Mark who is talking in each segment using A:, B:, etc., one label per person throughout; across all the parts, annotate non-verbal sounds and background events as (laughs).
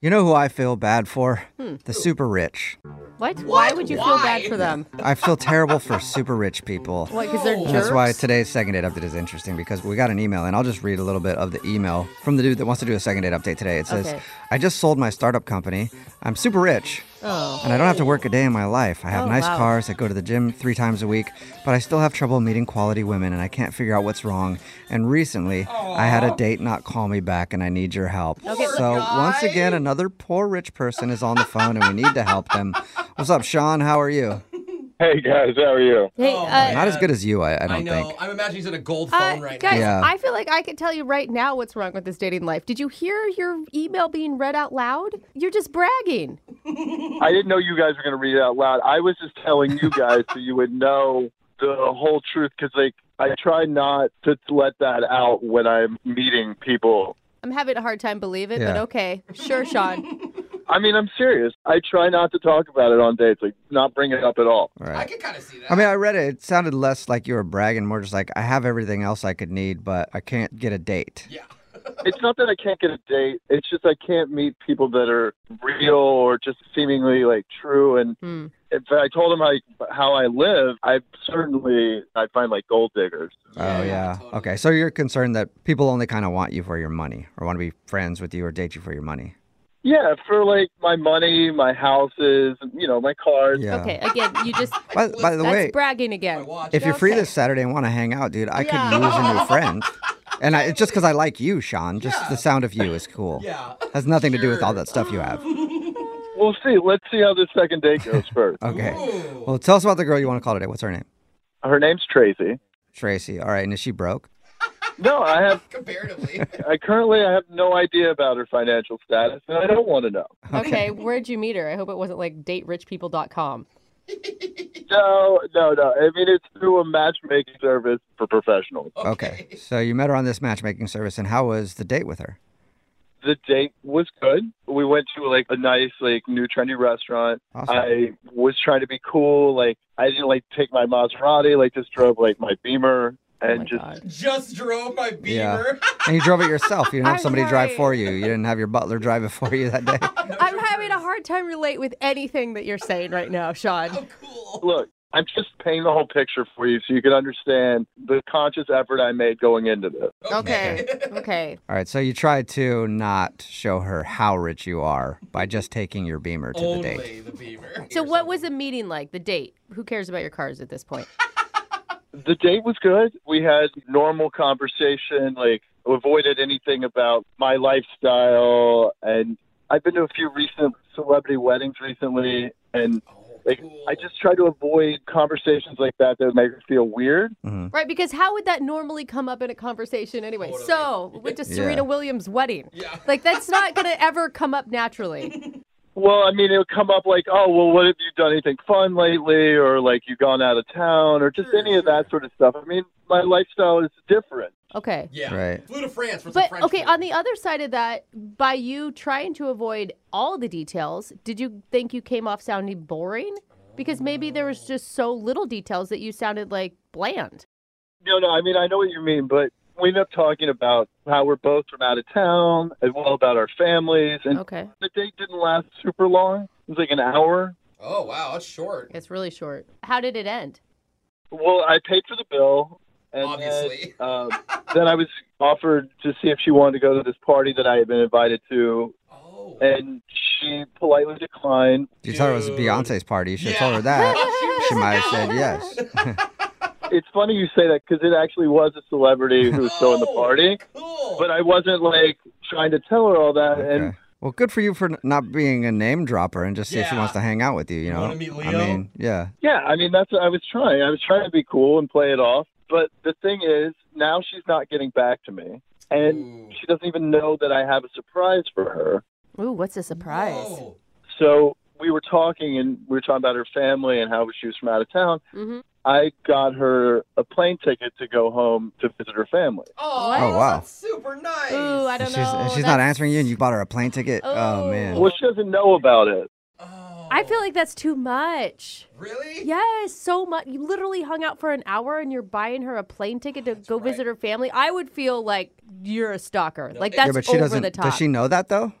A: You know who I feel bad for? The super rich.
B: What? Why would you feel bad for them?
A: I feel terrible for super rich people.
B: What? Because they're jerks.
A: And That's why today's second date update is interesting because we got an email, and I'll just read a little bit of the email from the dude that wants to do a second date update today. It says,
B: Okay.
A: I just sold my startup company. I'm super rich,
B: Oh.
A: and I don't have to work a day in my life. I have
B: Oh,
A: nice
B: wow.
A: cars. I go to the gym three times a week, but I still have trouble meeting quality women, and I can't figure out what's wrong. And recently, I had a date not call me back, and I need your help.
B: Okay. Poor
A: So once again, another poor rich person is on the phone, and we need to help
B: (laughs)
A: them. What's up, Sean? How are you?
C: Hey guys, how are you?
B: Hey,
D: Oh,
B: uh,
A: Not as good as you, I, I don't
D: I know.
A: think.
D: I'm imagining he's in a gold
B: uh,
D: phone right
B: guys,
A: Yeah.
D: now.
B: I feel like I could tell you right now what's wrong with this dating life. Did you hear your email being read out loud? You're just bragging.
C: I didn't know you guys were going to read it out loud. I was just telling you guys so you would know the whole truth because, like, I try not to let that out when I'm meeting people.
B: I'm having a hard time believing, but
A: Yeah.
B: okay. Sure, Sean.
C: I mean, I'm serious. I try not to talk about it on dates, like, not bring it up at all.
A: All
D: I
A: right.
D: can kind of see that.
A: I mean, I read it. It sounded less like you were bragging, more just like I have everything else I could need, but I can't get a date.
D: yeah.
C: It's not that I can't get a date, it's just I can't meet people that are real or just seemingly, like, true. And
B: Hmm.
C: if I told them how, how I live, I certainly, I find, like, gold diggers.
A: oh
D: Yeah,
A: yeah.
D: totally.
A: Okay. So you're concerned that people only kind of want you for your money, or want to be friends with you, or date you for your money.
C: Yeah, for, like, my money, my houses, you know, my cars.
A: Yeah.
B: Okay, again, you just.
A: By, by the
B: that's
A: way,
B: bragging
D: I
B: again.
D: watch.
A: if you're free
B: okay.
A: this Saturday and want to hang out, dude, I
B: Yeah.
A: could use a new
B: (laughs)
A: friend. And I, it's just because I like you, Sean. Just the sound of you is cool.
D: yeah.
A: Has nothing to do with all that stuff you have.
C: We'll see. Let's see how this second date goes
A: (laughs)
C: first.
A: Okay.
D: Ooh.
A: Well, tell us about the girl you want to call today. What's her name?
C: Her name's Tracy.
A: Tracy. All right. And is she broke?
C: No, I have.
A: (laughs)
D: Comparatively. (laughs)
C: I currently I have no idea about her financial status, and I don't want to know.
B: Okay. where'd you meet her? I hope it wasn't like daterichpeople.com.
C: No, no, no. I mean, it's through a matchmaking service for professionals.
B: (laughs)
A: Okay. So you met her on this matchmaking service, and how was the date with her?
C: The date was good. We went to like a nice, like new trendy restaurant.
A: Awesome.
C: I was trying to be cool. Like I didn't like take my Maserati. Like just drove like my Beamer and
A: Oh
B: my
C: just
B: God.
D: Just drove my beamer. (laughs)
A: And you drove it yourself. You didn't
B: (laughs)
A: have
B: I'm
A: somebody drive
B: sorry.
A: for you. You didn't have your butler drive it for you that
B: (laughs)
A: day.
B: I'm having a hard time relate with anything that you're saying right now, Sean.
D: cool.
C: look. I'm just painting the whole picture for you so you can understand the conscious effort I made going into this.
B: Okay. Okay.
A: All right. So you tried to not show her how rich you are by just taking your beamer to the date.
D: Only the beamer.
B: So what was the meeting like? The date? Who cares about your cars at this point?
C: The date was good. We had normal conversation, like avoided anything about my lifestyle and I've been to a few recent celebrity weddings recently and
D: Oh,
C: like
D: cool.
C: I just try to avoid conversations like that that make her feel weird.
D: Hmm.
B: Right, because how would that normally come up in a conversation anyway?
D: Totally.
B: So,
D: (laughs)
B: we went to Serena
A: Yeah.
B: Williams' wedding.
D: Yeah. (laughs)
B: Like, that's not going to ever come up naturally.
C: Well, I mean, it would come up like, oh, well, what have you done anything fun lately? Or like you gone out of town or just any of that sort of stuff. I mean, my lifestyle is different.
B: Okay.
D: (laughs) Yeah.
A: Right.
D: Flew to France for some
B: But,
D: French
B: okay,
D: food.
B: on the other side of that, by you trying to avoid all the details, did you think you came off sounding boring? Because maybe there was just so little details that you sounded like bland.
C: No, no. I mean, I know what you mean, but we end up talking about how we're both from out of town, as well about our families, and
B: Okay.
C: the date didn't last super long. It was like an hour.
D: Oh wow, that's short.
B: It's really short. How did it end?
C: Well, I paid for the bill, and
D: Obviously.
C: then,
D: (laughs)
C: um, then I was offered to see if she wanted to go to this party that I had been invited to,
D: Oh.
C: and she politely declined.
A: You thought it was
D: Dude.
A: Beyonce's party. You should have
D: Yeah.
A: told her
D: Oh, (laughs)
A: that. she might have said yes.
C: It's funny you say that because it actually was a celebrity who was throwing the
D: Oh,
C: party,
D: Cool.
C: but I wasn't like trying to tell her all that. And
A: Okay. Well, good for you for n- not being a name dropper and just see if she
D: Yeah.
A: wants to hang out with you. You know,
D: wanna meet
A: I
D: Leo?
A: mean, yeah,
C: yeah, I mean that's what I was trying. I was trying to be cool and play it off. But the thing is, now she's not getting back to me, and
D: Ooh.
C: she doesn't even know that I have a surprise for her.
B: Ooh, what's a surprise?
D: Whoa.
C: So we were talking, and we were talking about her family and how she was from out of town.
B: Mhm.
C: I got her a plane ticket to go home to visit her family.
D: Oh,
B: What?
A: Oh, wow.
D: That's super nice.
B: Ooh, I don't
A: she's
B: know.
A: she's not
B: that's-
A: answering you, and you bought her a plane ticket. Oh,
B: Oh.
A: man,
C: Well, she doesn't know about it.
D: Oh.
B: I feel like that's too much.
D: Really?
B: Yes, so much. You literally hung out for an hour and you're buying her a plane ticket to go visit her family. I would feel like you're a stalker. Like that's
A: yeah, but she
B: over
A: doesn't.
B: the top.
A: Does she know that though?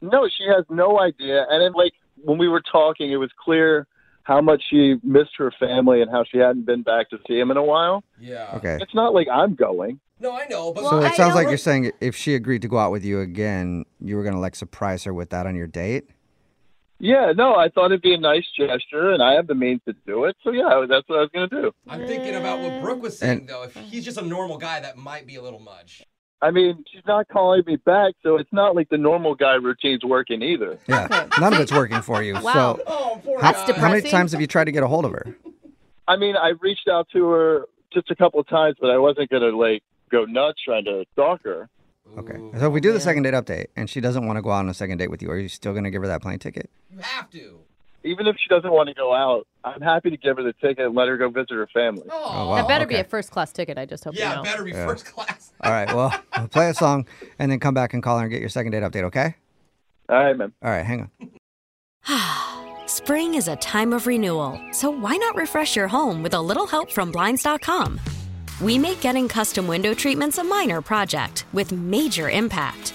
C: No, she has no idea. And then, like when we were talking, it was clear how much she missed her family and how she hadn't been back to see him in a while.
D: Yeah.
A: Okay.
C: It's not like I'm going.
D: No, I know, but
B: So
A: So
B: Well,
A: it
B: I
A: sounds like
B: don't-
A: you're saying if she agreed to go out with you again, you were gonna like surprise her with that on your date.
C: Yeah, no, I thought it'd be a nice gesture, and I have the means to do it. So yeah, that's what I was gonna do.
D: I'm thinking about what Brooke was saying
A: And-
D: though. If he's just a normal guy, that might be a
B: (laughs)
D: little much.
C: I mean, she's not calling me back, so it's not like the normal guy routine's working either.
A: Yeah, none of it's working for you.
B: Wow.
A: So
D: Oh, poor
A: how,
D: guy.
B: That's
A: how many
B: depressing.
A: times have you tried to get a hold of her?
C: I mean, I reached out to her just a couple of times, but I wasn't gonna like go nuts trying to stalk her.
A: Okay.
D: Ooh,
A: So if we do the second date update and she doesn't want to go out on a second date with you, are you still gonna give her that plane ticket?
D: you have to.
C: Even if she doesn't want to go out, I'm happy to give her the ticket and let her go visit her family.
D: Oh,
A: wow.
B: that better be
A: okay.
B: a first class ticket. I just hope
D: yeah,
B: you know.
D: better be first class.
A: All right. Well, (laughs) play a song and then come back and call her and get your second date update. Okay.
C: All right, man.
A: All right. Hang on.
E: Spring is a time of renewal, so why not refresh your home with a little help from Blinds.com? We make getting custom window treatments a minor project with major impact.